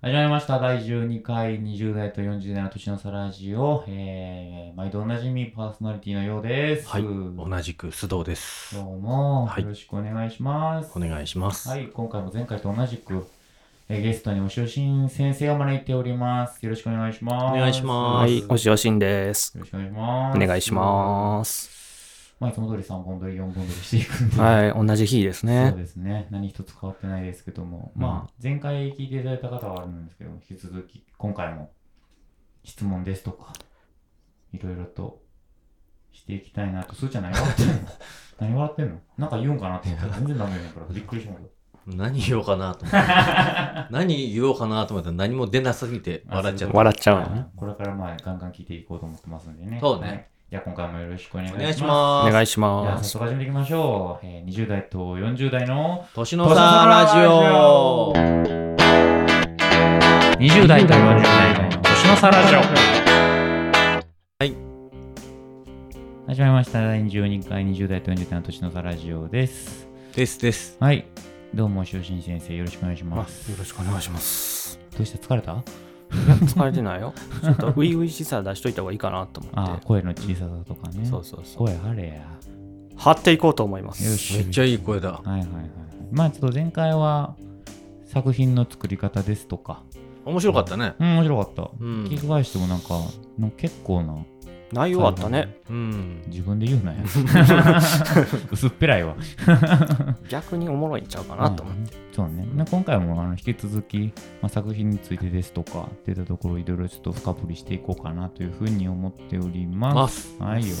始まりました。第12回20代と40代の年の差ラジオ。えー、毎度おなじみパーソナリティのようです。はいど同じく須藤です。うもはいよろしくお願いします。お願いします。はい、今回も前回と同じく、えーゲストにおしおしん先生を招いております。よろしくお願いします。お願いしまはすい、おしおしんです。よろしくお願いします。お願いします。す。まあ、いつも通り3本撮り、4本撮りしていくんで。はい、同じ日ですそうね。ですね。何一つ変わってないですけども、うんまあ、前回聞いていただいた方はあるんですけど、引き続き、今回も質問ですとか、いろいろとしていきたいなと、すーちゃん何笑 ってんの何笑ってんのなんか言うんかなと思ったら全然ダメやから、びっくりしまし何言おうかなと思って 何言おうかなと思ったら何も出なすぎて笑っちゃった。笑っちゃうのたね。。これからまあ、ガンガン聞いていこうと思ってますんでね。そうねはい。じゃあ今回もよろしくお願いしおます。願いしす。ます。お願いしじゃあま早す。速始めていきましょう。えー、20代と40代の年の差ラジオ。 20代と40代の年の差ラジオ。始まりました第12回20代と40代の年の差ラジオですですです。はいどうもしおしん先生よろしくお願いしあよますろしくお願いします。どうした疲れた疲れてない よ。ちょっと初々しさ出しといた方がいいかなと思あって。声の小ささとかねそうそうそう。声あれやよ張っていこうと思います。しめっちゃいい声だ。はいはいはいはいまあちょっと前回は作品の作り方ですとか面白かったね。うん面白かった、うん聞き返してもなんかなんか結構な内容あったね。うん。自分で言うなや 薄っぺらいわ逆におもろいんちゃうかなと思って。そうね、で今回もあの引き続き、まあ、作品についてですとかっていったところいろいろちょっと深掘りしていこうかなというふうに思っておりま。ますす。はいよ、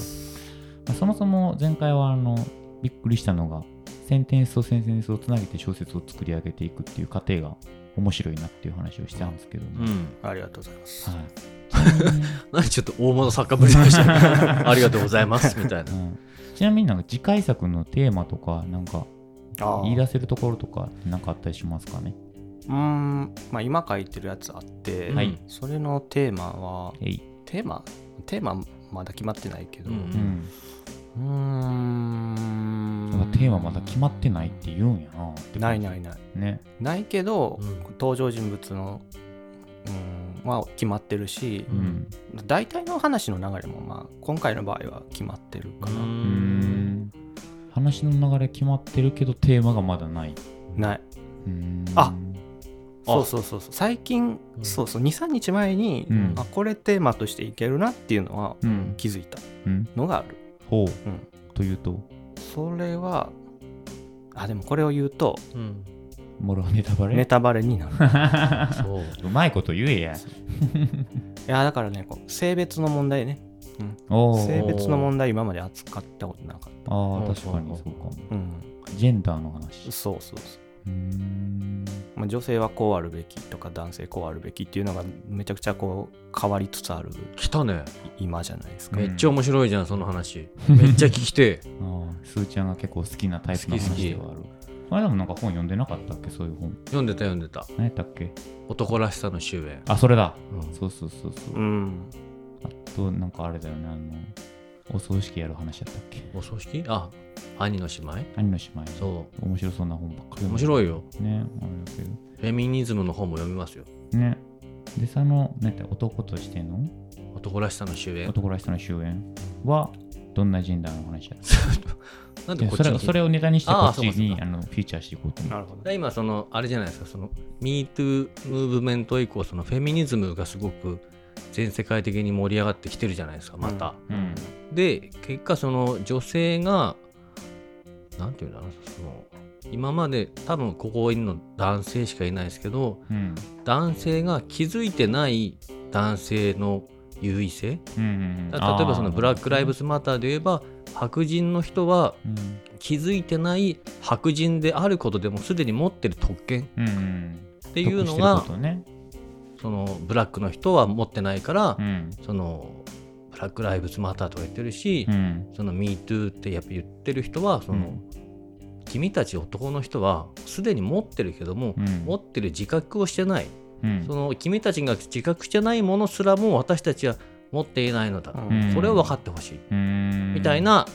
まあそもそも前回はあのびっくりしたのがセンテンスとセンテンスをつなげて小説を作り上げていくっていう過程が面白いなっていう話をしたんですけどうも、ん。ありがとうございます。はい何ちょっと大物作家ぶりま した。ありがとうございます。みたいなう。ん、ちなみになんか次回作のテーマとかなんかあ言いー出せるところとかなんかあったりしますかねうーん、まあ今書いてるやつあっ てはい、それのテーマは、えい、テーマ、テーマまだ決まってないけど、ううんうん、ーん。なんかテーマまだ決まってないって言うんやなってないないいない。ねないけど、うん登場人物の、うん、は決まってるしう、ん大体の話の流れも、まあ、今回の場合は決まってるかう。な。うんん話の流れ決まってるけどテーマがまだないない。うんああそうそうそうそう。最近、うんそうそう、2、3日前に、うんあ、これテーマとしていけるなっていうのはうん気づいたうんのがある。ほう、んというとそれは、あ、でもこれを言うと、うん。もろネタバレネタバレになる。いそう。うまいこと言えやや、だからね、こう性別の問題ね。おー性別の問題、今まで扱ったことなかっあー確かにそうかもた。うん。ジェンダーの話そうそうそう。うんまあ、女性はこうあるべきとか男性こうあるべきっていうのがめちゃくちゃこう変わりつつある来たね。今じゃないですか。めっちゃ面白いじゃん、その話。めっちゃ聞きてあ。ーすーちゃんが結構好きなタイプの好き話で好きはあるあれでもなんか本読んでなかったっけそういう本読んでた読んでた。何やったっけ男らしさの終焉。あそれだうんそうそうそうそううん、あと、なんかあれだよね、あの、お葬式やる話だったっけお葬式あ、兄の姉妹兄の姉妹。そ面白そうな本ばっかりう。面い。白いよ。ね、あれだけど。フェミニズムの本も読みますよ。ね。で、その、なんて、男としての男らしさの終焉。男らしさの終焉は、どんなジェンダーの話だっなんたでいこやそっちれにそれをネタにして、こあっーちそうかそうにかあのフィーチャーしていこうと思う。るほど。で今そのあれじゃないですかその MeToo ムーブメント以降そのフェミニズムがすごく全世界的に盛り上がってきてるじゃないですかまた、うん。で結果その女性がなんていうんだろうなその今まで多分ここにいるの男性しかいないですけどうん。男性が気づいてない男性の優位性うんうん。だ例えばそのブラック・ライブズ・マターで言えば白人の人はうん。気づいてない白人であることでもすでに持ってる特権っうんうん。ていうの得がしてることねそのブラックの人は持ってないから、うん。そのブラック・ライブズ・マターとか言ってるし、うん。その MeToo ってやっぱ言ってる人はその、うん君たち男の人はすでに持ってるけども、うん持ってる自覚をしてない、うんその君たちが自覚してないものすらも私たちは持っていないのだ、うんうんこれを分かってほしい、うんみたい。な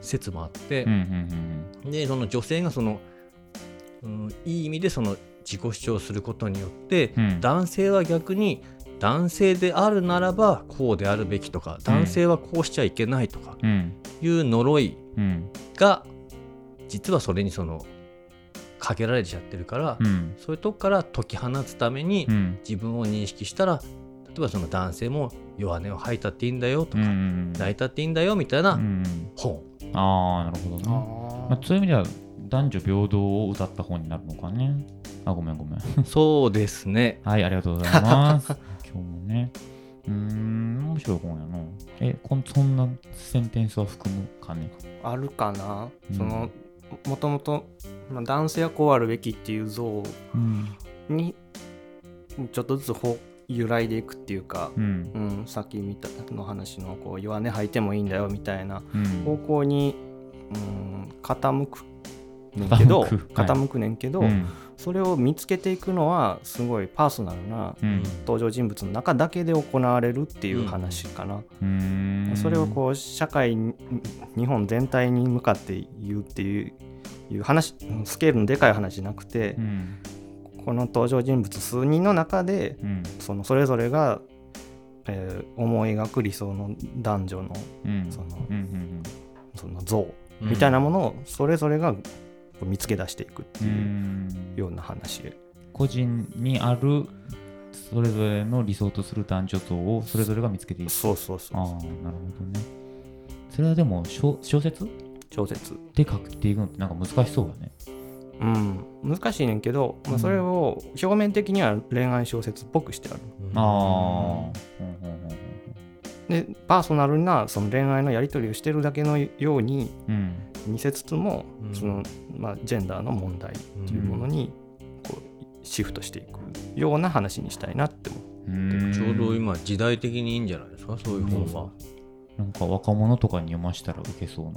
説もあってうんう、んでその女性がその、うんいい意味でその自己主張することによって、うん男性は逆に男性であるならばこうであるべきとか男性はこうしちゃいけないとかうんいう呪いうんが実はそれにそのかけられちゃってるから、うんそういうとこから解き放つためにうん自分を認識したら例えばその男性も弱音を吐いたっていいんだよとうか、ん泣いたっていいんだよみたいなうん本、ああなるほどねあまあ、そういう意味では男女平等を歌った本になるのかねあごめんごめんそうですねはいありがとうございます今日もねうーん面白い本やなえこんそんなセンテンスは含むかねあるかな、うんそのもともとまあ男性はこうあるべきっていう像うんにちょっとずつほ揺らいでいくっていうか、うんうん、さっき見たの話のこう弱音吐いてもいいんだよみたいなうん方向に、うん、傾くねんけ ど傾くはい傾くねんけど、うんそれを見つけていくのはすごいパーソナルなうん登場人物の中だけで行われるっていう話かな、うーんそれをこう社会に日本全体に向かって言うっていういう話うんスケールのでかい話じゃなくて、うんこの登場人物数人の中でうんそのそれぞれが、えー思い描く理想の男女のうんそのうんうんその像みたいなものをそれぞれがこう見つけ出していくっうてんういうんような話で、個人にあるそれぞれの理想とする男女像をそれぞれが見つけていくそうそうそうああなるほどねそれはでも小小説小説で書いていくのってなんか難しそうだねうん難しいねんけど、まうあ、んそれを表面的には恋愛小説っぽくしてある、ああ、でパーソナルなその恋愛のやり取りをしてるだけのようにうん、見せつつも、うんそのまあ、ジェンダーの問題っていうものにこうシフトしていくような話にしたいなって思ううんちょうど今時代的にいいんじゃないですかそういう本は、なんか若者とかに読ましたら受けそうなっ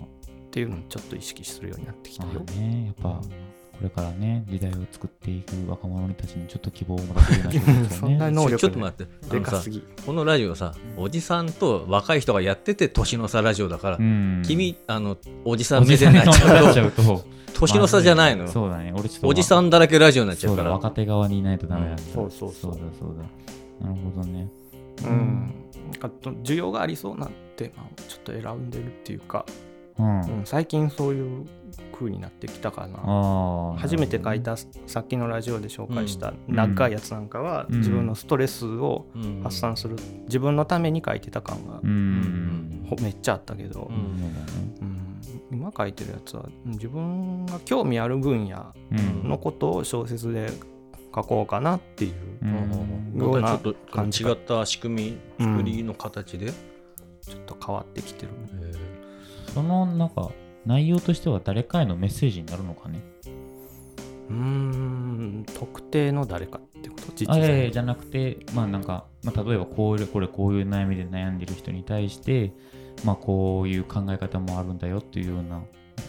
ていうのをちょっと意識するようになってきたあよ。あねやっぱこれからね時代を作っていく若者たちにちょっと希望を持たせるような小説 をそんなね能力ねちょっと待ってあでのかさすぎ。このラジオさおじさんと若い人がやってて年の差ラジオだから、うん君あのおじさおん目じ線さんにになっなっちゃう ちゃうとと年の差じゃないのよそうだね俺ちょっとおじさんだらけラジオになっちゃそううかだら若手側にいないとダメだった、うんそうそうそうそうだそうだなるほどねうん。なんかと需要がありそうなテーマをちょっと選んでるっていうか、うん、うん、最近そういう風になってきたかな。ああ初めて書いたさっきのラジオで紹介したうん長いやつなんかはうん自分のストレスをうん発散する自分のために書いてた感がうん、ほめっちゃあったけどう、うんんうん、今書いてるやつは自分が興味ある分野うんのことを小説で書こうかなっていううんまたちょっと感じ違った仕組み作りの形で、ちょっと変わってきてるえそのなんか内容としては誰かへのメッセージになるのかねうーん特定の誰かってこと実あいやい在やじゃなくてまあなんか、まあ、例えばこういうこれこういう悩みで悩んでる人に対してまあこういう考え方もあるんだよっていうような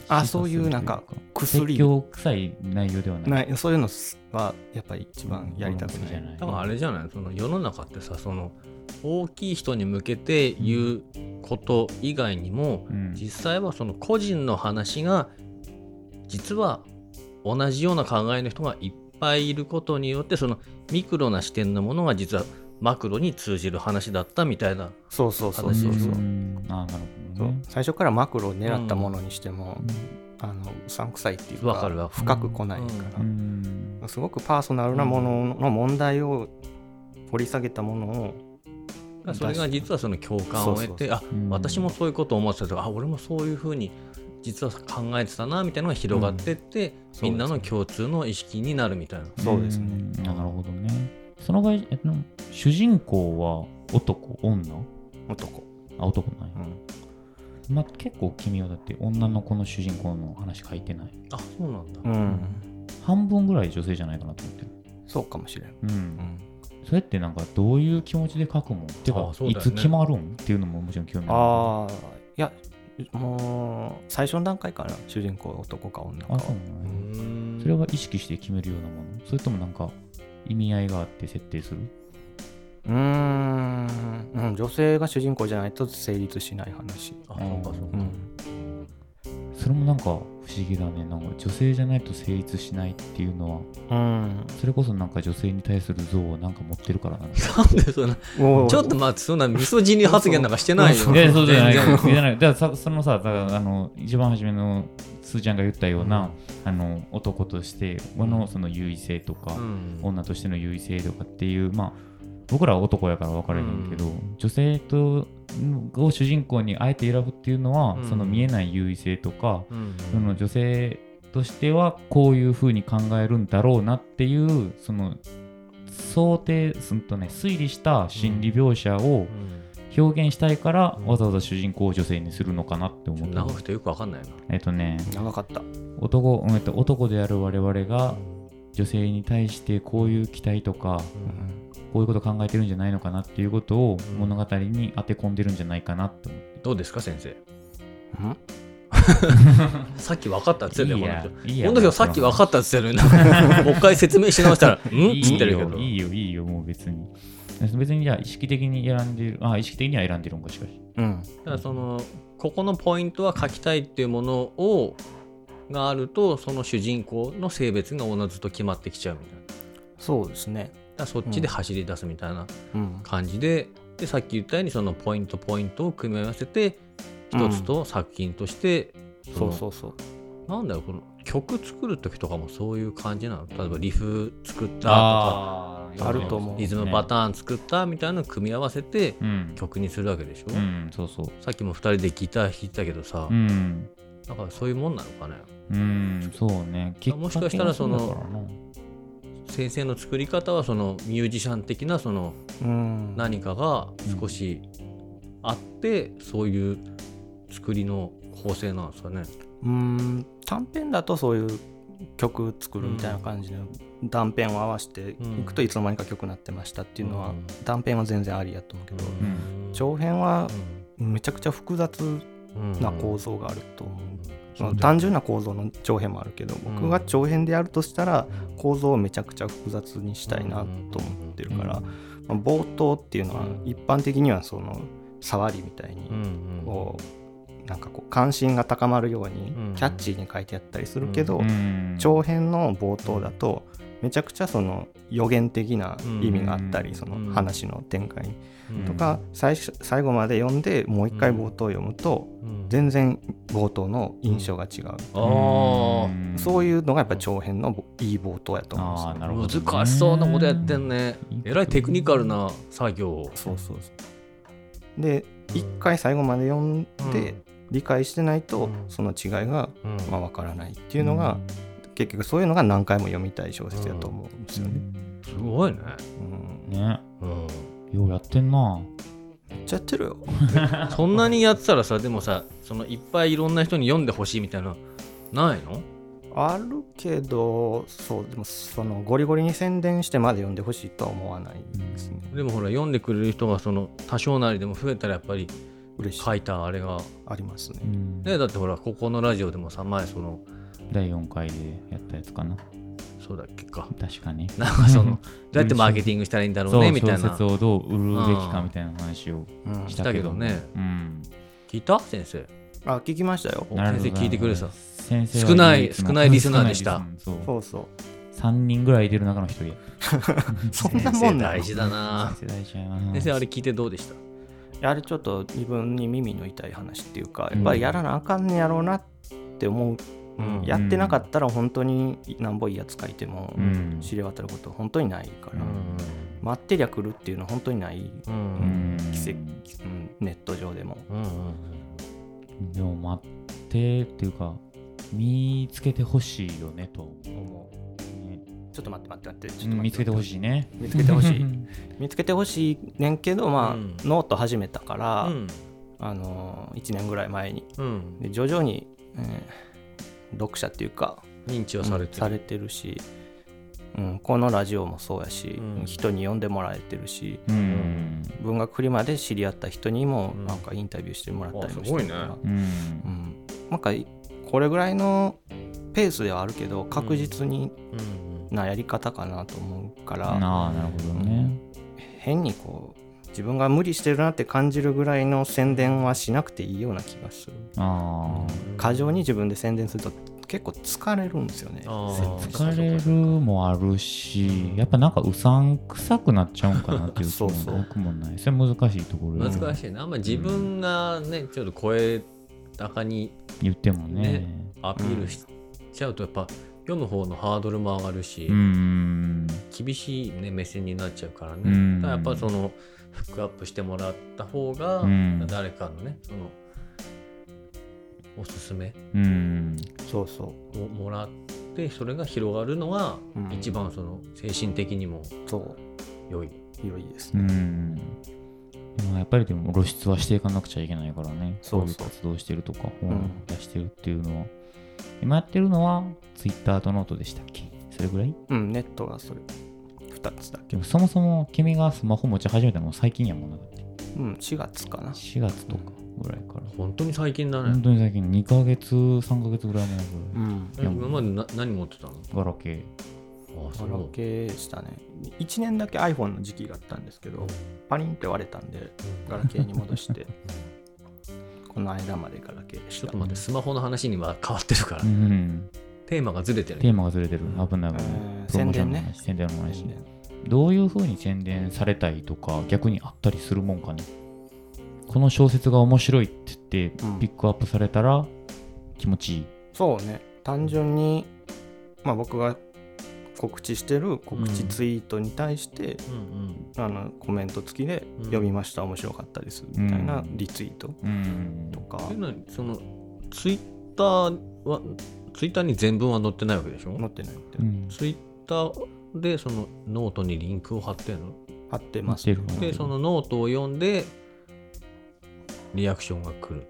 あそういうなんか薬説教臭い内容ではないないそういうのはやっぱり一番やりたくない,、うんだからあれじゃないその世の中ってさその大きい人に向けて言うこと以外にも、うん実際はその個人の話が実は同じような考えの人がいっぱいいることによってそのミクロな視点のものが実はマクロに通じる話だったみたいなそうそうそうそうそうう、んあなるほどそうね最初からマクロを狙ったものにしても、あのうさんくさいっていうかわかるわかる深く来ないから、うんすごくパーソナルなものの問題を掘り下げたものをそれが実はその共感を得てそあうん私もそういうこと思ってたとかあ俺もそういうふうに実は考えてたなみたいなのが広がってって、みんなの共通の意識になるみたいな。そうですねんあなるほどねその場合えっと主人公は男女男、あ男なんやうんまあ、結構君はだって女の子の主人公の話書いてないあそうなんだ、うん、半分ぐらい女性じゃないかなと思ってるそうかもしれん、うん、うんそれってなんかどういう気持ちで書くもんっていうかあそういだよねつ決まるんっていうのももちろん興味あああいやもう最初の段階から主人公は男か女るかあはそうなの、うねんそれは意識して決めるようなものそれともなんか意味合いがあって設定するうーんうん女性が主人公じゃないと成立しない話あそうかそうか、うんそれもなんか不思不思議だねなんか女性じゃないと成立しないっていうのはうんそれこそなんか女性に対する像をなんか持ってるからなのなんでそんな、おーちょっと待って、そんなミソジニ発言なんかしてないよ。いやそうじゃない全そう然じゃないだからさそのさだからあの一番初めのすーちゃんが言ったような、あの男としてのその優位性とか、うん女としての優位性とかっていうまあ僕らは男やから分かれへんけど、女性とを主人公にあえて選ぶっていうのは、うんその見えない優位性とか、うんその女性としてはこういうふうに考えるんだろうなっていうその想定すんとね推理した心理描写を表現したいから、うんわざわざ主人公を女性にするのかなって思うんった長くてよくわかんないな。えっとね長かった男,、うんえっと、男である我々が女性に対してこういう期待とかうんこういうこと考えてるんじゃないのかなっていうことをうん物語に当て込んでるんじゃないかなって思って。どうですか、先生。うんさっき分かったって言ってたよ、この人。いいこの時はさっき分かったって言ってた のに、もう一回説明し直したら、んって言ってるけど。いいよ、いいよ、いいよもう別に。別にじゃあ意識的に選んでる、あ、意識的には選んでるんか、しかし。うんだからそのここのポイントは書きたいっていうものをがあるとその主人公の性別がおのずと決まってきちゃうみたいなだかそうですねらそっちで走り出すみたいなうん感じで,、でさっき言ったようにそのポイントポイントを組み合わせてうん一つと作品として、そそのうそうそうなんだろうこの曲作る時とかもそういう感じなの例えばリフ作ったとかーあると思うリズムパターン作ったみたいなのを組み合わせてーン。うん。曲にするわけでしょ、うん、そうそう。さっきも2人でギター弾いてたけどさ、うん。なんかそういうもんなのかねうん、そうね。きっかけもしかしたらそのがうだからな先生の作り方はそのミュージシャン的なそのうん何かが少しあって、そういう作りの構成なんですかね。うん短編だとそういう曲作るみたいな感じで断片を合わせていくといつの間にか曲になってましたっていうのはうん断片は全然ありやと思うけどん長編はめちゃくちゃ複雑な構造があると思うその単純な構造の長編もあるけど僕が長編でやるとしたら構造をめちゃくちゃ複雑にしたいなと思ってるから、まあ冒頭っていうのはうん一般的にはその触りみたいにこうなんかこう関心が高まるようにうんキャッチーに書いてあったりするけどうん長編の冒頭だとめちゃくちゃその予言的な意味があったうりんそうのん話の展開にうんとか最初最後まで読んでもう一回冒頭を読むと全然冒頭の印象が違うああそうういうのがやっぱ長編のいい冒頭やと思うんであすよあ、ねなるほどね。難しそうなことやってんねうんえらいテクニカルな作業をそうそうそうで一回最後まで読んでうん理解してないとうんその違いがうんまあ分からないっていうのが結局そういうのが何回も読みたい小説やと思うんですよね。すごいね、うんね。うんようやってんな。めっちゃやってるよ。そんなにやってたらさでもさそのいっぱいいろんな人に読んでほしいみたいなないのあるけどそうでもそのゴリゴリに宣伝してまで読んでほしいとは思わないですね。でもほら読んでくれる人がその多少なりでも増えたらやっぱり嬉しい書いたあれが、ありますねう。んね、だってほらここのラジオでもさ前その第4回でやったやつかな。そうだっけか確かに。なんかその どうやってマーケティングしたらいいんだろうそうねみ小たいな説をどう売るべきかみたいな話をうんししたたけけどどもねうん、聞いた先生あ聞きましたよ。お先生聞いてくれてた先生は少ない唯一の少ないリスナーでした少ないリスナーそうそうそう。 3人ぐらいいてる中の一人やそんなもんな大の事だな先生大事やな先生あれ聞いてどうでしたあれちょっと自分に耳の痛い話っていうかやっぱりやらなあかんねやろうなって思う、うんやってなかったら本当になんぼいいやつ書いてもうん知れ渡ることは本当にないから、うん待ってりゃ来るっていうのは本当にない、ううんん奇跡うんネット上でもうんでも待ってっていうか見つけてほしいよねと思思ううねちょっと待って待って待ってちょっと待ってうん見つけてほしいね見つけてほし ういん見つけてほしいねんけどまあ、うんノート始めたから、うんあの1年ぐらい前にうんで徐々に、えー読者っていうか認知はされてる、し、うん、このラジオもそうやし、うん人に読んでもらえてるしうん文学フリマで知り合った人にもうんなんかインタビューしてもらったりもしてるからあすごううんん、なんかこれぐらいのペースではあるけど確実にうんなやり方かなと思うから、なあなるほどね変にこう自分が無理してるなって感じるぐらいの宣伝はしなくていいような気がするああうん過剰に自分で宣伝すると結構疲れるんですよね。あー設置疲れるもあるし、やっぱなんかうさんくさくなっちゃうんかなっていう気そうそうもなくもない。それ難しいところよ難しいなあんまり自分がねちょっと声高に言ってもね。アピールしちゃうとやっぱ読む方のハードルも上がるし、うん。厳しい、ね、目線になっちゃうからね、うんだからやっぱそのフックアップしてもらった方が、うん誰かのねそのおすすめうん。そうそをもらってそれが広がるのがうん一番その精神的にもうそ良い、う良いですうね。ん。でもやっぱりでも露出はしていかなくちゃいけないからね。そうそうこい活動してるとか、ん本を出してるっていうのは。今やってるのは、ツイッターとノートでしたっけそれぐらいうん、ネットがそれ2つだけ。でもそもそも君がスマホ持ち始めたのも最近やもんな。うん、4月かな。 4月とかぐらいから。本当に最近だ本ね、当に最近2ヶ月、3ヶ月ぐらい前ぐらい。んうん今までな何持ってたのガラケー。あガラケーでしたね。1年だけ iPhone の時期があったんですけど、パリンって割れたんで、ガラケーに戻して、 この間までガラケーでしちょったと。待ってスマホの話には変わってるから、うん。テーマがずれてるテーマがずれてる。うん危ない危ない。えープロモーションの話宣伝の話。どういうふうに宣伝されたいとか、逆にあったりするもんかね。この小説が面白いって言ってうん、ピックアップされたら気持ちいい。そうね単純に、まあ、僕が告知してる告知ツイートに対して、うんあのコメント付きでうん「読みました、面白かったです」みたいなうんリツイートうんと。か、うん、いうのはそのツイッターはツイッターに全文は載ってないわけでしょ載ってないって、うん。ツイッターでそのノートにリンクを貼ってんの貼ってます載ってるかなでそのノートを読んでリアクションが来る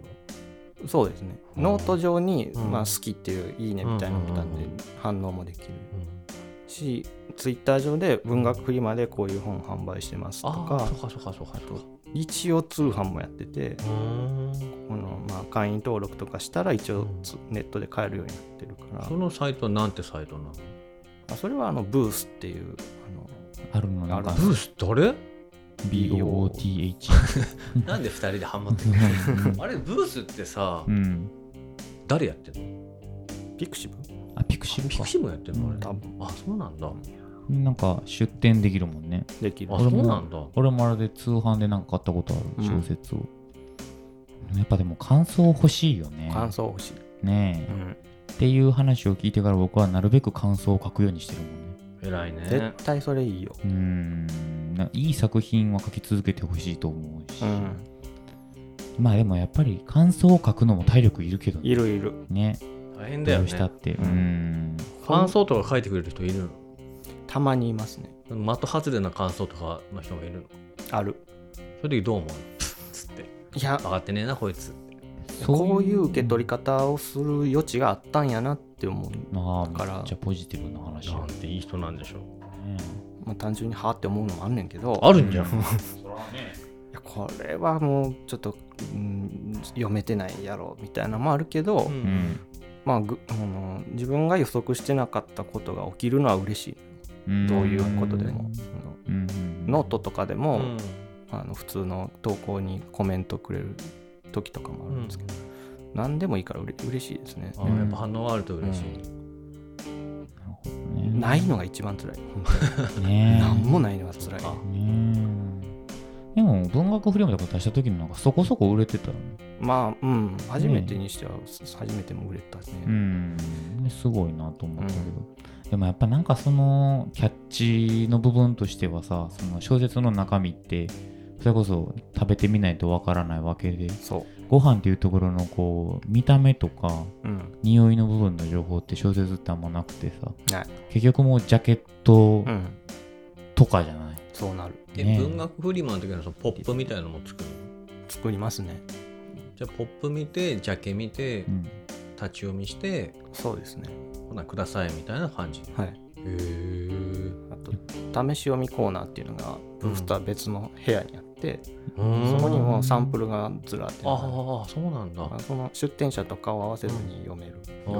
そうですねうんノート上に、うんまあ、好きっていう「いいね」みたいなボタンでうん反応もできるの、しツイッター上で「文学フリマでこういう本販売してます」とああかそうかそうかそうかそうか一応通販もやっててうーんこの、まあ、会員登録とかしたら一応つネットで買えるようになってるからそのサイトはなんてサイトなのあそれはあのブースっていうあるのなんかあ、ブース誰 BOOTH。なんで2人でハマってるあれブースってさうん。誰やってんのあのピクシブあ、ピクシブピかク。シブがやってんのあれ多分あそうなんだあなんか出店できるもんね。できるそうなんだ俺もあれで通販でなんか買ったことある小説を、やっぱでも感想欲しいよね感想欲しい、ねえ、うっんていう話を聞いてから僕はなるべく感想を書くようにしてるもんね偉いね絶対それいいよ、うーんないい作品は書き続けてほしいと思うし、うん、まあでもやっぱり感想を書くのも体力いるけどねいるいるね大変だよどうねしたってううんん感想とか書いてくれる人いるたまにいますねの的外れな感想とかの人がいるのあるそれでどう思うのつっていや上がってねえなこいつこういう受け取り方をする余地があったんやなって思う、ああかめらっちゃポジティブな話なよんねていい人なんでしょうまあ、単純にはあって思うのもあんねんけどあるんじゃんそらねいやこれはもうちょっと、うん、読めてないやろみたいなのもあるけど、 ううんんまあぐあの自分が予測してなかったことが起きるのは嬉しいどういうことでも、そのうんノートとかでうも、んあの普通の投稿にコメントくれる時とかもあるんですけど、何でもいいからうれ嬉しいですねあーやっぱ反応があると嬉しい、なるほどねないのが一番辛い本当ねにえ何もないのが辛いあねえでも文学フレームとか出した時のなんかそこそこ売れてたよねまあうん初めてにしては、初めても売れたね、うんすごいなと思ったけど、でもやっぱなんかそのキャッチの部分としてはさその小説の中身ってそれこそ食べてみないとわからないわけでそご飯っていうところのこう見た目とかううん匂いの部分の情報って小説ってあんまなくてさない結局もうジャケットうんとかじゃない、そうなるでねえ文学フリマの時のそのポップみたいなのも作る作りますねのじゃあポップ見てジャケ見てうん立ち読みしてそうですねほなくださいみたいな感じへはいえあと試し読みコーナーっていうのがブースとは別の部屋にあって、そそこにもサンプルがずらってあるああそうなんだあまあその出店者と顔を合わせずに読める、あー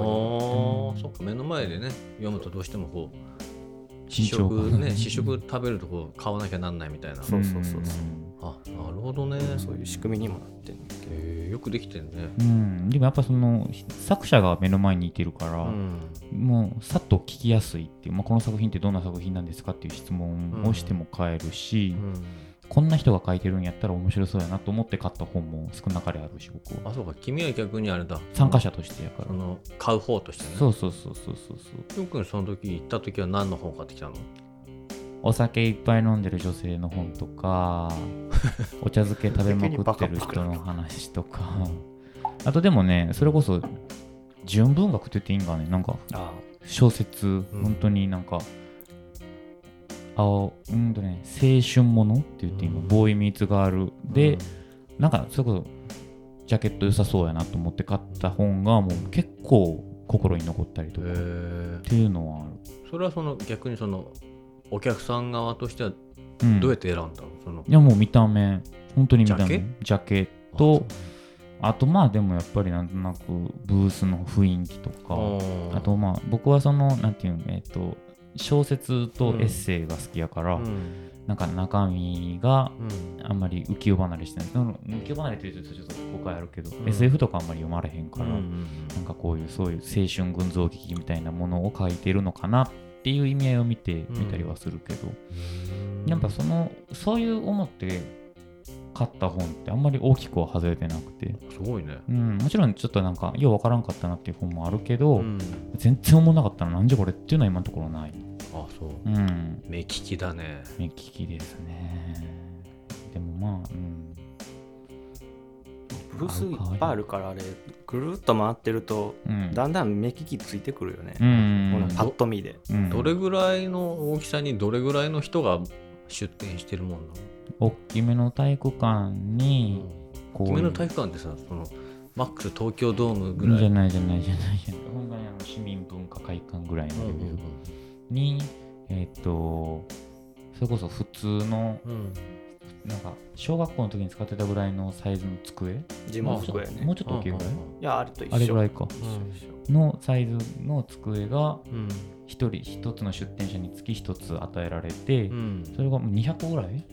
そっか目の前でね読むとどうしてもこう試慎重食かなね試食食べるとこ買わなきゃなんないみたいなそうそうそうそうんあなるほどね、そういう仕組みにもなってるんだけどえーよくできてるねうん、でもやっぱその作者が目の前にいてるから、うんもうさっと聞きやすいっていう、まあ、この作品ってどんな作品なんですかっていう質問をしても買えるし、うんこんな人が書いてるんやったら面白そうやなと思って買った本も少なかれあるし僕はあそうか君は逆にあれだ参加者としてやからその買う方としてねそうそうそうそうそうそうよくんその時行った時は何の本買ってきたのお酒いっぱい飲んでる女性の本と かお茶漬け食べまくってる人の話とかあとでもねそれこそ純文学って言っていいんかねなんかあ小説、うん本当になんか青うんとね青春ものって言って今、うんボーイミーツガールで、うんなんかそれこそジャケット良さそうやなと思って買った本がもう結構心に残ったりとか、へっーていうのはある、それはその逆にそのお客さん側としてはうんどうやって選んだのそのいやもう見た目本当に見た目ジジャャケケとあとまあでもやっぱりなんとなくブースの雰囲気とあかーあとまあ僕はそのなんていうのえっ、と小説とうんエッセイが好きやから、うんなんか中身がうんあんまり浮世離れしてないその浮世離れって言うとちょっと誤解あるけど、うん SF とかあんまり読まれへんから、うんなんかこういうそういう青春群像劇みたいなものを書いてるのかなっていう意味合いを見てうんみたりはするけど、うんやっぱそのそういう思って買った本ってあんまり大きくは外れてなくて、すごいねうん、もちろんちょっとなんかようわからんかったなっていう本もあるけど、うん全然思わなかったななんじゃこれっていうのは今のところない、あそううん、目利きだね目利きですねでもまあうんブースいっぱいあるからあれぐるっと回ってるとうんだんだん目利きついてくるよね、うんこのパッと見でうんどれぐらいの大きさにどれぐらいの人が出店してるもんな大きめの体育館のにこう君の体育育館ってさそのマックス東京ドーム館ぐらいじゃないじゃないじゃないじゃない本当にあの市民文化会館ぐらいのうんレベルにえっとそれこそ普通のうんうんなんか小学校の時に使ってたぐらいのサイズの机自分服やねもうちょっと大きいぐらいいやあれと一緒あれぐらいかうん一緒のサイズの机がうん一人一つの出店者につき一つ与えられて、うんそれがもう200ぐらいん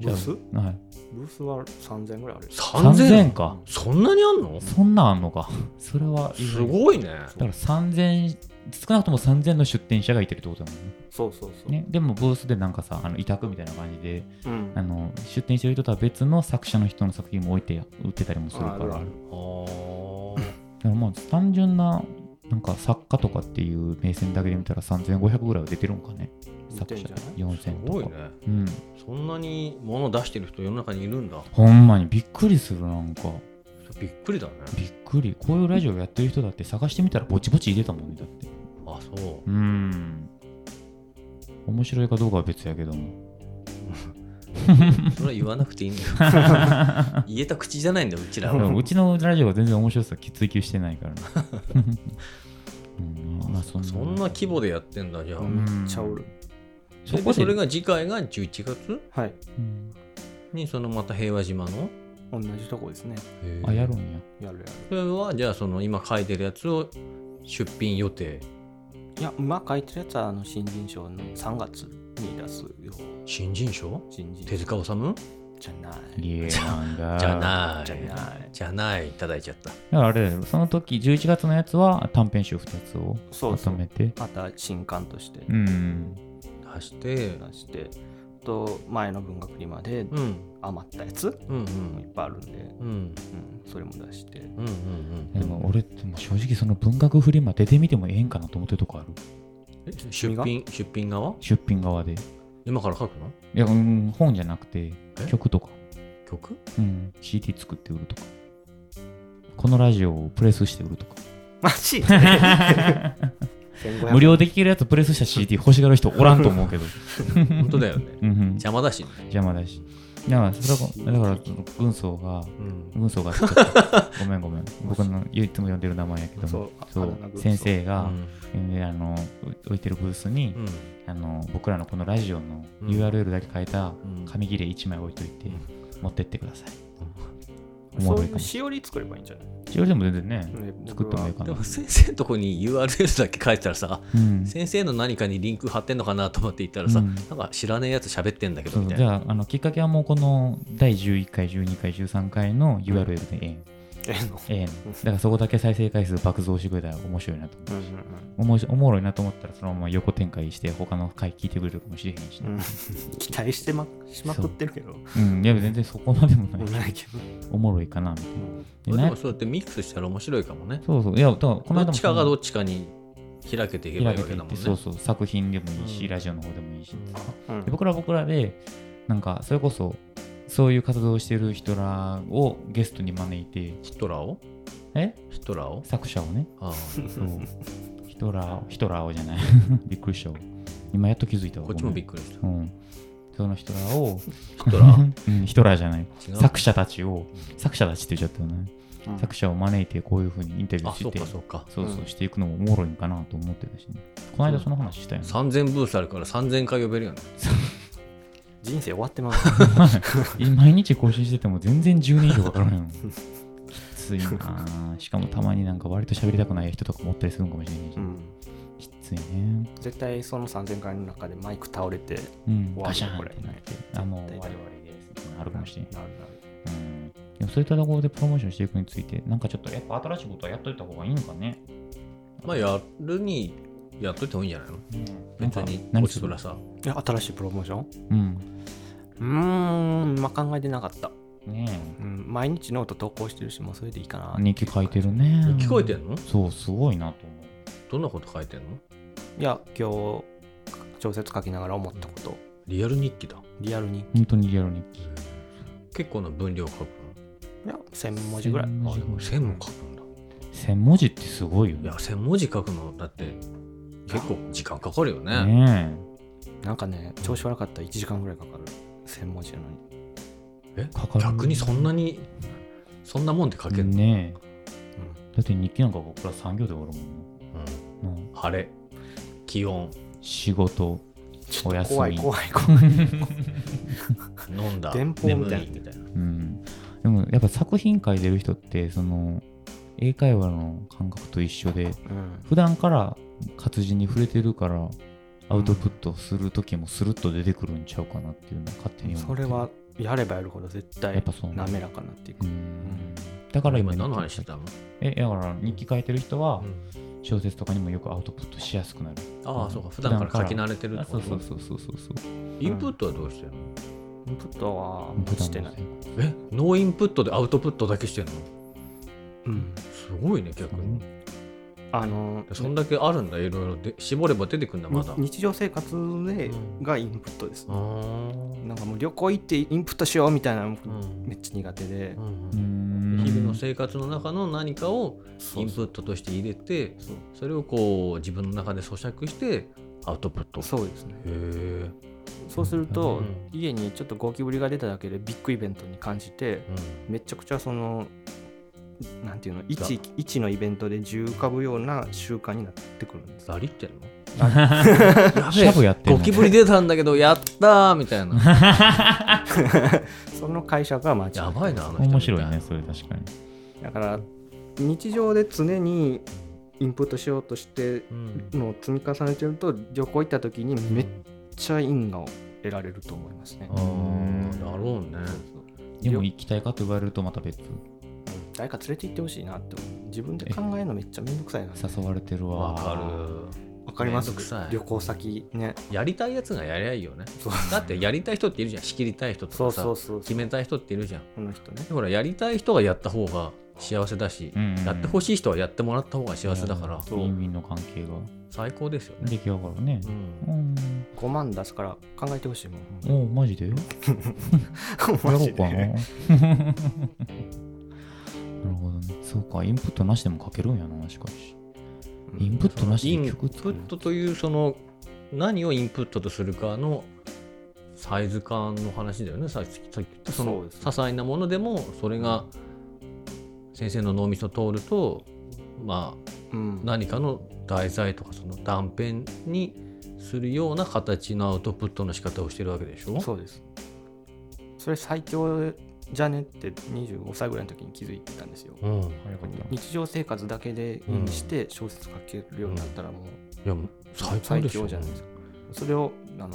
ブースブはい、ースは3000ぐらいある3000 3000かそんなにあんのそんなんあんのかそれは意す外ごいねだから3000少なくとも3000の出店者がいてるってことだもんねそうそうそう、ねでもブースでなんかさあの委託みたいな感じでうんあの出店してる人とは別の作者の人の作品も置いて売ってたりもするからあるあるあーだからまあ単純ななんか作家とかっていう名線だけで見たら3500ぐらいは出てるんかね出作てんじ者ゃないす4000とごいか、ねうんそんなに物出してる人世の中にいるんだほんまにびっくりするなんかびっくりだねびっくりこういうラジオやってる人だって探してみたらぼちぼち入れたもんねだってあそうーん面白いかどうかは別やけどもうそれは言わなくていいんだよ 言えた口じゃないんだようちらではもうちのラジオは全然面白さ追求してないからね、うんまあそんなそんな規模でやってんだじゃあんめっちゃおるそでこでそれが次回が11月はいうんにそのまた平和島の同じとこですねあやるんややるやるそれはじゃあその今書いてるやつを出品予定いやまあ書いてるやつはあの新人賞の3月に出すよ新人賞新人手賞塚治虫じゃないいやなんだじゃないじゃないじゃないいただいちゃっただからあれだよその時11月のやつは短編集2つをそうまそとうめてまた新刊としてうん出して出してあと前の文学リマでうん余ったやつうんうもいっんぱいあるんで、うんうん、それも出してうんうんうんでも俺ってもう正直その文学フリマ出てみてもええんかなと思ってるとこあるえ出君が品出品側出品側でい今から書くのやうん本じゃなくてえ曲とか 曲うん、CD 作って売るとかこのラジオをプレスして売るとかマ ジ無無料で聴けるやつプレスした CD 欲しがる人おらんと思うけど本当だよねうん、うん、邪魔だしね邪魔だしだからそれこだから軍曹がうん軍曹がちょっとごめんごめん僕のいつも呼んでる名前やけどもそうそうあだ名軍曹先生がう、んであの置いてるブースに、うんあの僕らのこのラジオのうん URL だけ書いたうん紙切れ1枚置いといて、うん持ってってください、そういうしおり作ればいいんじゃない一応でも全然ね、ね作ってもいいかでなも。先生のとこに URL だけ書いてたらさ、うん先生の何かにリンク貼ってんのかなと思って行ったらさ、うんなんか知らねえやつ喋ってんだけどそうみそたういじな。ゃああのきっかけはもうこの第11回12回13回の URL でえええのえんええんだからそこだけ再生回数爆増してくれたら面白いなとうんおもしおもろいなと思ったらそのまま横展開して他の回聞いてくれるかもしれへんし、うんうん期待してましまくってるけどうんいや全然そこまでももうないないけどおもろいかなみたいなででなもそうやってミックスしたら面白いかもね。そうそういやだからこどの間もっちかがどっちかに開けていけばいいわけだもんね。そうそう作品でもいいし、うんラジオの方でもいいし、うんで僕らは僕らでなんかそれこそそういう活動をしてる人らをゲストに招いてヒトラーをえヒトラーを作者をねああそうヒトラーヒトラーをじゃない びっくりしたわ今やっと気づいたわこっちもびっっくりした。くりうんそのヒトラーをヒトラーうんヒトラーじゃない違う。 作者たちを作者たちって言っちゃったよね、うん作者を招いてこういうふうにインタビューあ、そしうてかそうか。そうそううんしていくのもおもろいんかなと思ってたしねこの間その話したよね3000ブースあるから3000回呼べるよね。人生終わって ます毎日更新してても全然10年以上かから ないのきついなぁしかもたまになんか割と喋りたくない人とか持ったりするのかもしれないし、うんきついね絶対その3000回の中でマイク倒れてうん終わるガシャンこっれてなってあもう終絶対わり終わりですみたいなのあるかもしれないなるうんでもそういったところでプロモーションしていくについてなんかちょっとやっぱ新しいことはやっといた方がいいのかねまあやるにやっといた方がいいんじゃないの別に、なんかこっちとらさ。なるえ新しいプロモーションうんうーんまあ考えてなかった、ねえうん、毎日ノート投稿してるしもうそれでいいかな日記書いてるね聞こえてんのそうすごいなと思うどんなこと書いてんのいや今日調節書きながら思ったことリアル日記だ。リアルに本当にリアル日記結構な分量書くの。いや1000文字ぐらい1000文あ、字でも1000も書くんだ。 1000文字ってすごいよいねや、1000文字書くのだって結構時間かかるよね。ねなんかね調子悪かったら1時間ぐらいかかる1000文字なのにえかかる逆にそんなに、そんなもんで書けえるの、ねえだって日記なんか僕ら産業で終わるもんうんな、うん晴れ、気温、仕事お休み怖い怖い怖い飲んだ、電報みたいな眠みたいな。うん、でもやっぱ作品書いてる人ってその英会話の感覚と一緒でうん普段から活字に触れてるからアウトプットする時もスルッと出てくるんちゃうかなっていうのは勝手に思っそてれはやればやるほど絶や対っぱそう滑らかになっていく、うんだから今今何の話日し記てたの、えだから日記書いてる人はうん小説とかにもよくアウトプットしやすくなる、ああ、そうか、普段から書き慣れてるっあてそこうそとうそうそうそうそうインプットはどうしてるのインプットはあんましてない、え、ノーインプットでアウトプットだけしてるのうん、すごいね、逆に。あのそんだけあるんだ、いろいろで。絞れば出てくんだ、まだ。日常生活でうんがインプットです、あーなんかもう旅行行ってインプットしようみたいなのう僕んめっちゃ苦手でう、んうん日々の生活の中の何かをそインうプットとして入れてそうそれをこう自分の中で咀嚼してアウトプットそうですねへえ、そうすると、うん家にちょっとゴキブリが出ただけでビッグイベントに感じて、めちゃくちゃそのなんていうの一一のイベントで重かぶような習慣になってくるんですラリってんのシャブやってるゴキブリ出たんだけどやったーみたいな その会社が間違いやばいなあの人面白いねそれ確かにだから日常で常にインプットしようとしてうんのを積み重ねてると旅行行った時にめっちゃ因果を得られると思いますねあ、ーだろうねでも行きたいかと言われるとまた別うん誰か連れて行ってほしいなって思う自分で考えるのめっちゃめんどくさいな誘われてるわわかわかりますめんどくさい旅行先ねるやりたいやつがやりゃいいよねそうだってやりたい人っているじゃん仕切りたい人とそうかさそうそう決めたい人っているじゃんこの人ねでほらやりたい人がやった方が幸せだし、うんうんやってほしい人はやってもらった方が幸せだから、ウィンウィンの関係が最高ですよね、出来上がるねうんうん5万出すから考えてほしいもんおうマジでやろ マうジかな でなるほどねそうかインプットなしでも書けるんやなしかしうんインプットなしイでン結プ局作るットというその何をインプットとするかのサイズ感の話だよねさっきさっき言ったそそうのですね些細なものでもそれが先生の脳みそ通るとまあうん何かの題材とかその断片にするような形のアウトプットの仕方をしてるわけでしょそうですそれ最強ジャネって25歳ぐらいの時に気づいたんですよ。うん、い早かった。日常生活だけでうんして小説書けるようになったらもうや最高最でしょ強じゃないですか。それをあの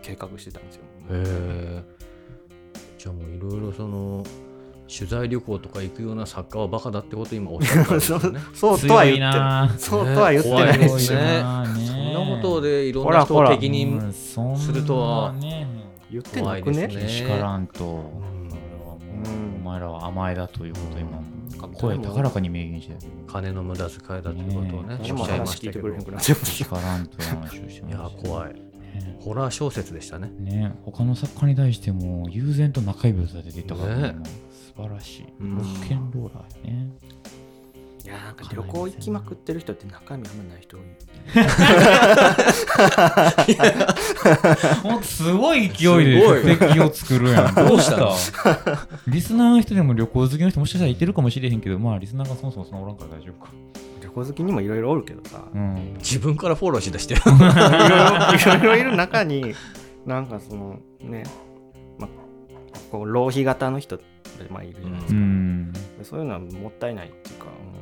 計画してたんですよ。へえじゃあもういろいろその取材旅行とか行くような作家はバカだってこと今おっしゃったんですよねそうとは言ってない。 そうとは言ってないねで怖すいよ。ねそんなことでいろんな人ほをらほら敵にするとはね言ってなく怖いねですけしからんと、こんれはもううんお前らは甘えだということを今なんか声声高らかに明言してたけど金の無駄遣いだということをねねお俺っもしゃいま話した聞いけてどくれいなくなっちゃいましした。からんという話をしてましたや怖いねホラー小説でしたねね他の作家に対しても悠然と中指を立てていたから、ねね素晴らしいうんロッケンローラーやねいやなんか旅行行きまくってる人って中身あんまない人多い。もっとすごい勢いで敵を作るやん。 どうしたリスナーの人でも旅行好きの人もしかしたらいてるかもしれへんけど、まあリスナーがそもそもそんなおらんから大丈夫か。旅行好きにもいろいろおるけどさ、うん。自分からフォローしだしていろいろいる中になんかそのね、ま、こう浪費型の人ってまあいるじゃないですうか、ん。そういうのはもったいないっていうか、うん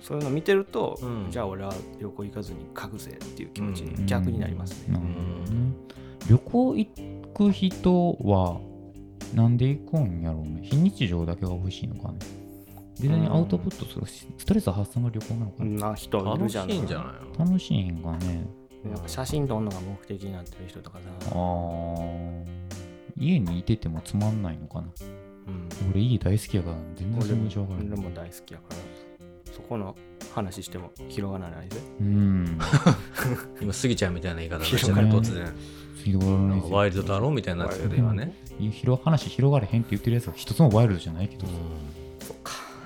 そういうの見てると、うんじゃあ俺は旅行行かずに書くぜっていう気持ちうに逆になりますなねる、ほどね旅行行く人は、なんで行くんやろうね。非日常だけが欲しいのかね。デザインアウトプットするし、ストレス発散が旅行なのかこな。んな人いる楽しじゃないいんじゃないの楽しいんかね。なんか写真撮るのが目的になってる人とかあさ、ー家にいててもつまんないのかな。うん、俺家大好きやから、全然そ俺のも気持ちわからない俺。も大好きやからそこの話しても広がらないでうん。今スギちゃんみたいな言い方で したうねん突然広がらなないんでかすよワイルドだろうみたいになってたけど今ねいや広話広がれへんって言ってるやつが一つもワイルドじゃないけどさ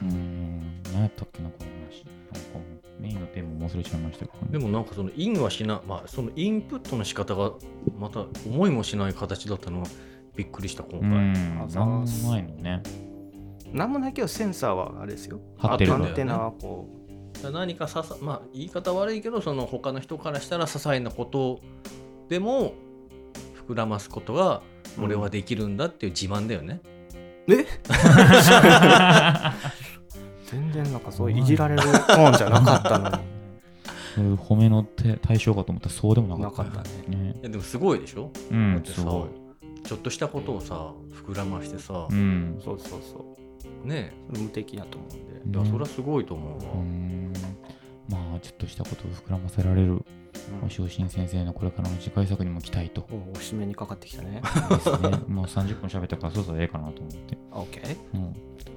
うん何やったっけなこの話なんかもうメインのテーマも忘れちゃいましたけでど、ね、もなんかそのインはしな、まあ、そのインプットの仕方がまた思いもしない形だったのはびっくりした今う回、んあ何もないのねなんもないけどセンサーはあれですよ張ってるアんだよねンテナはこ何かささ、まあ、言い方悪いけどその他の人からしたら些細なことでも膨らますことがうん俺はできるんだっていう自慢だよね、うえ全然なんかそういういじられるトーンじゃ なかったの そういう褒めのて対象かと思ったらそうでもにななかかっったたねねいやでもすごいでしょ、うだっんてすさごちょっとしたことをさ膨らましてさい、うん そうそうそうね無敵だと思うんでえいやそれはすごいと思ううんまあちょっとしたことを膨らませられるうん押尾新先生のこれからの次回作にも期待とおおしめにかかってきた ねですね もう30分喋ったからそろそろええかなと思ってオッケーうんま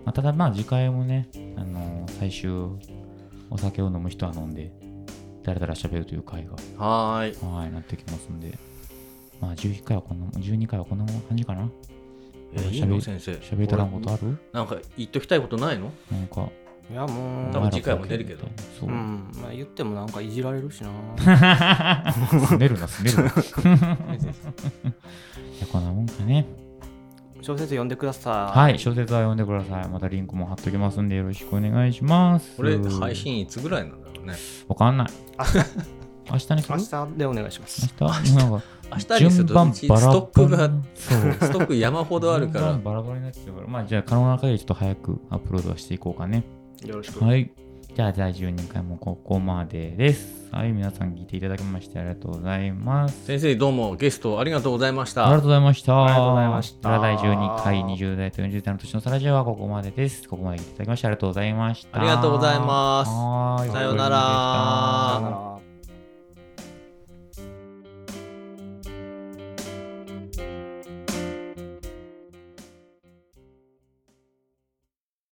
あ、ただまあ次回もね、あのー最終お酒を飲む人は飲んでだらだら喋るという回がわはーいはいなってきますんでまあ11回はこんなもん12回はこんなもん感じかなえいいの先生喋りたらんことあるなんか言っときたいことないのなんかいやもおう多前ら分次回も出るけどこうやってうんまあ言ってもなんかいじられるしな そうすねるなすねるな い やこんなもんかね小説読んでくださいはい小説は読んでくださいまたリンクも貼っときますんでよろしくお願いしますこれ配信いつぐらいなんだろうねわかん ない明日にする明日でお願いします明日なんか明日にするとうちストックがそうストック山ほどあるか順ら番バラバラになっちゃうからまあじゃあ可能な限りちょっと早くアップロードはしていこうかねよろしくはいじゃあ第12回もここまでですはい皆さん聞いていただきましてありがとうございます先生どうもゲストありがとうございましありがとたうございました。ありがとうございましたでは第12回、20代と40代の年のサラジオはここまでです。ここまで聞いていただきましてありがとうございました。ありがとうございますはーいさよおうな疲れ様でしたらさよなら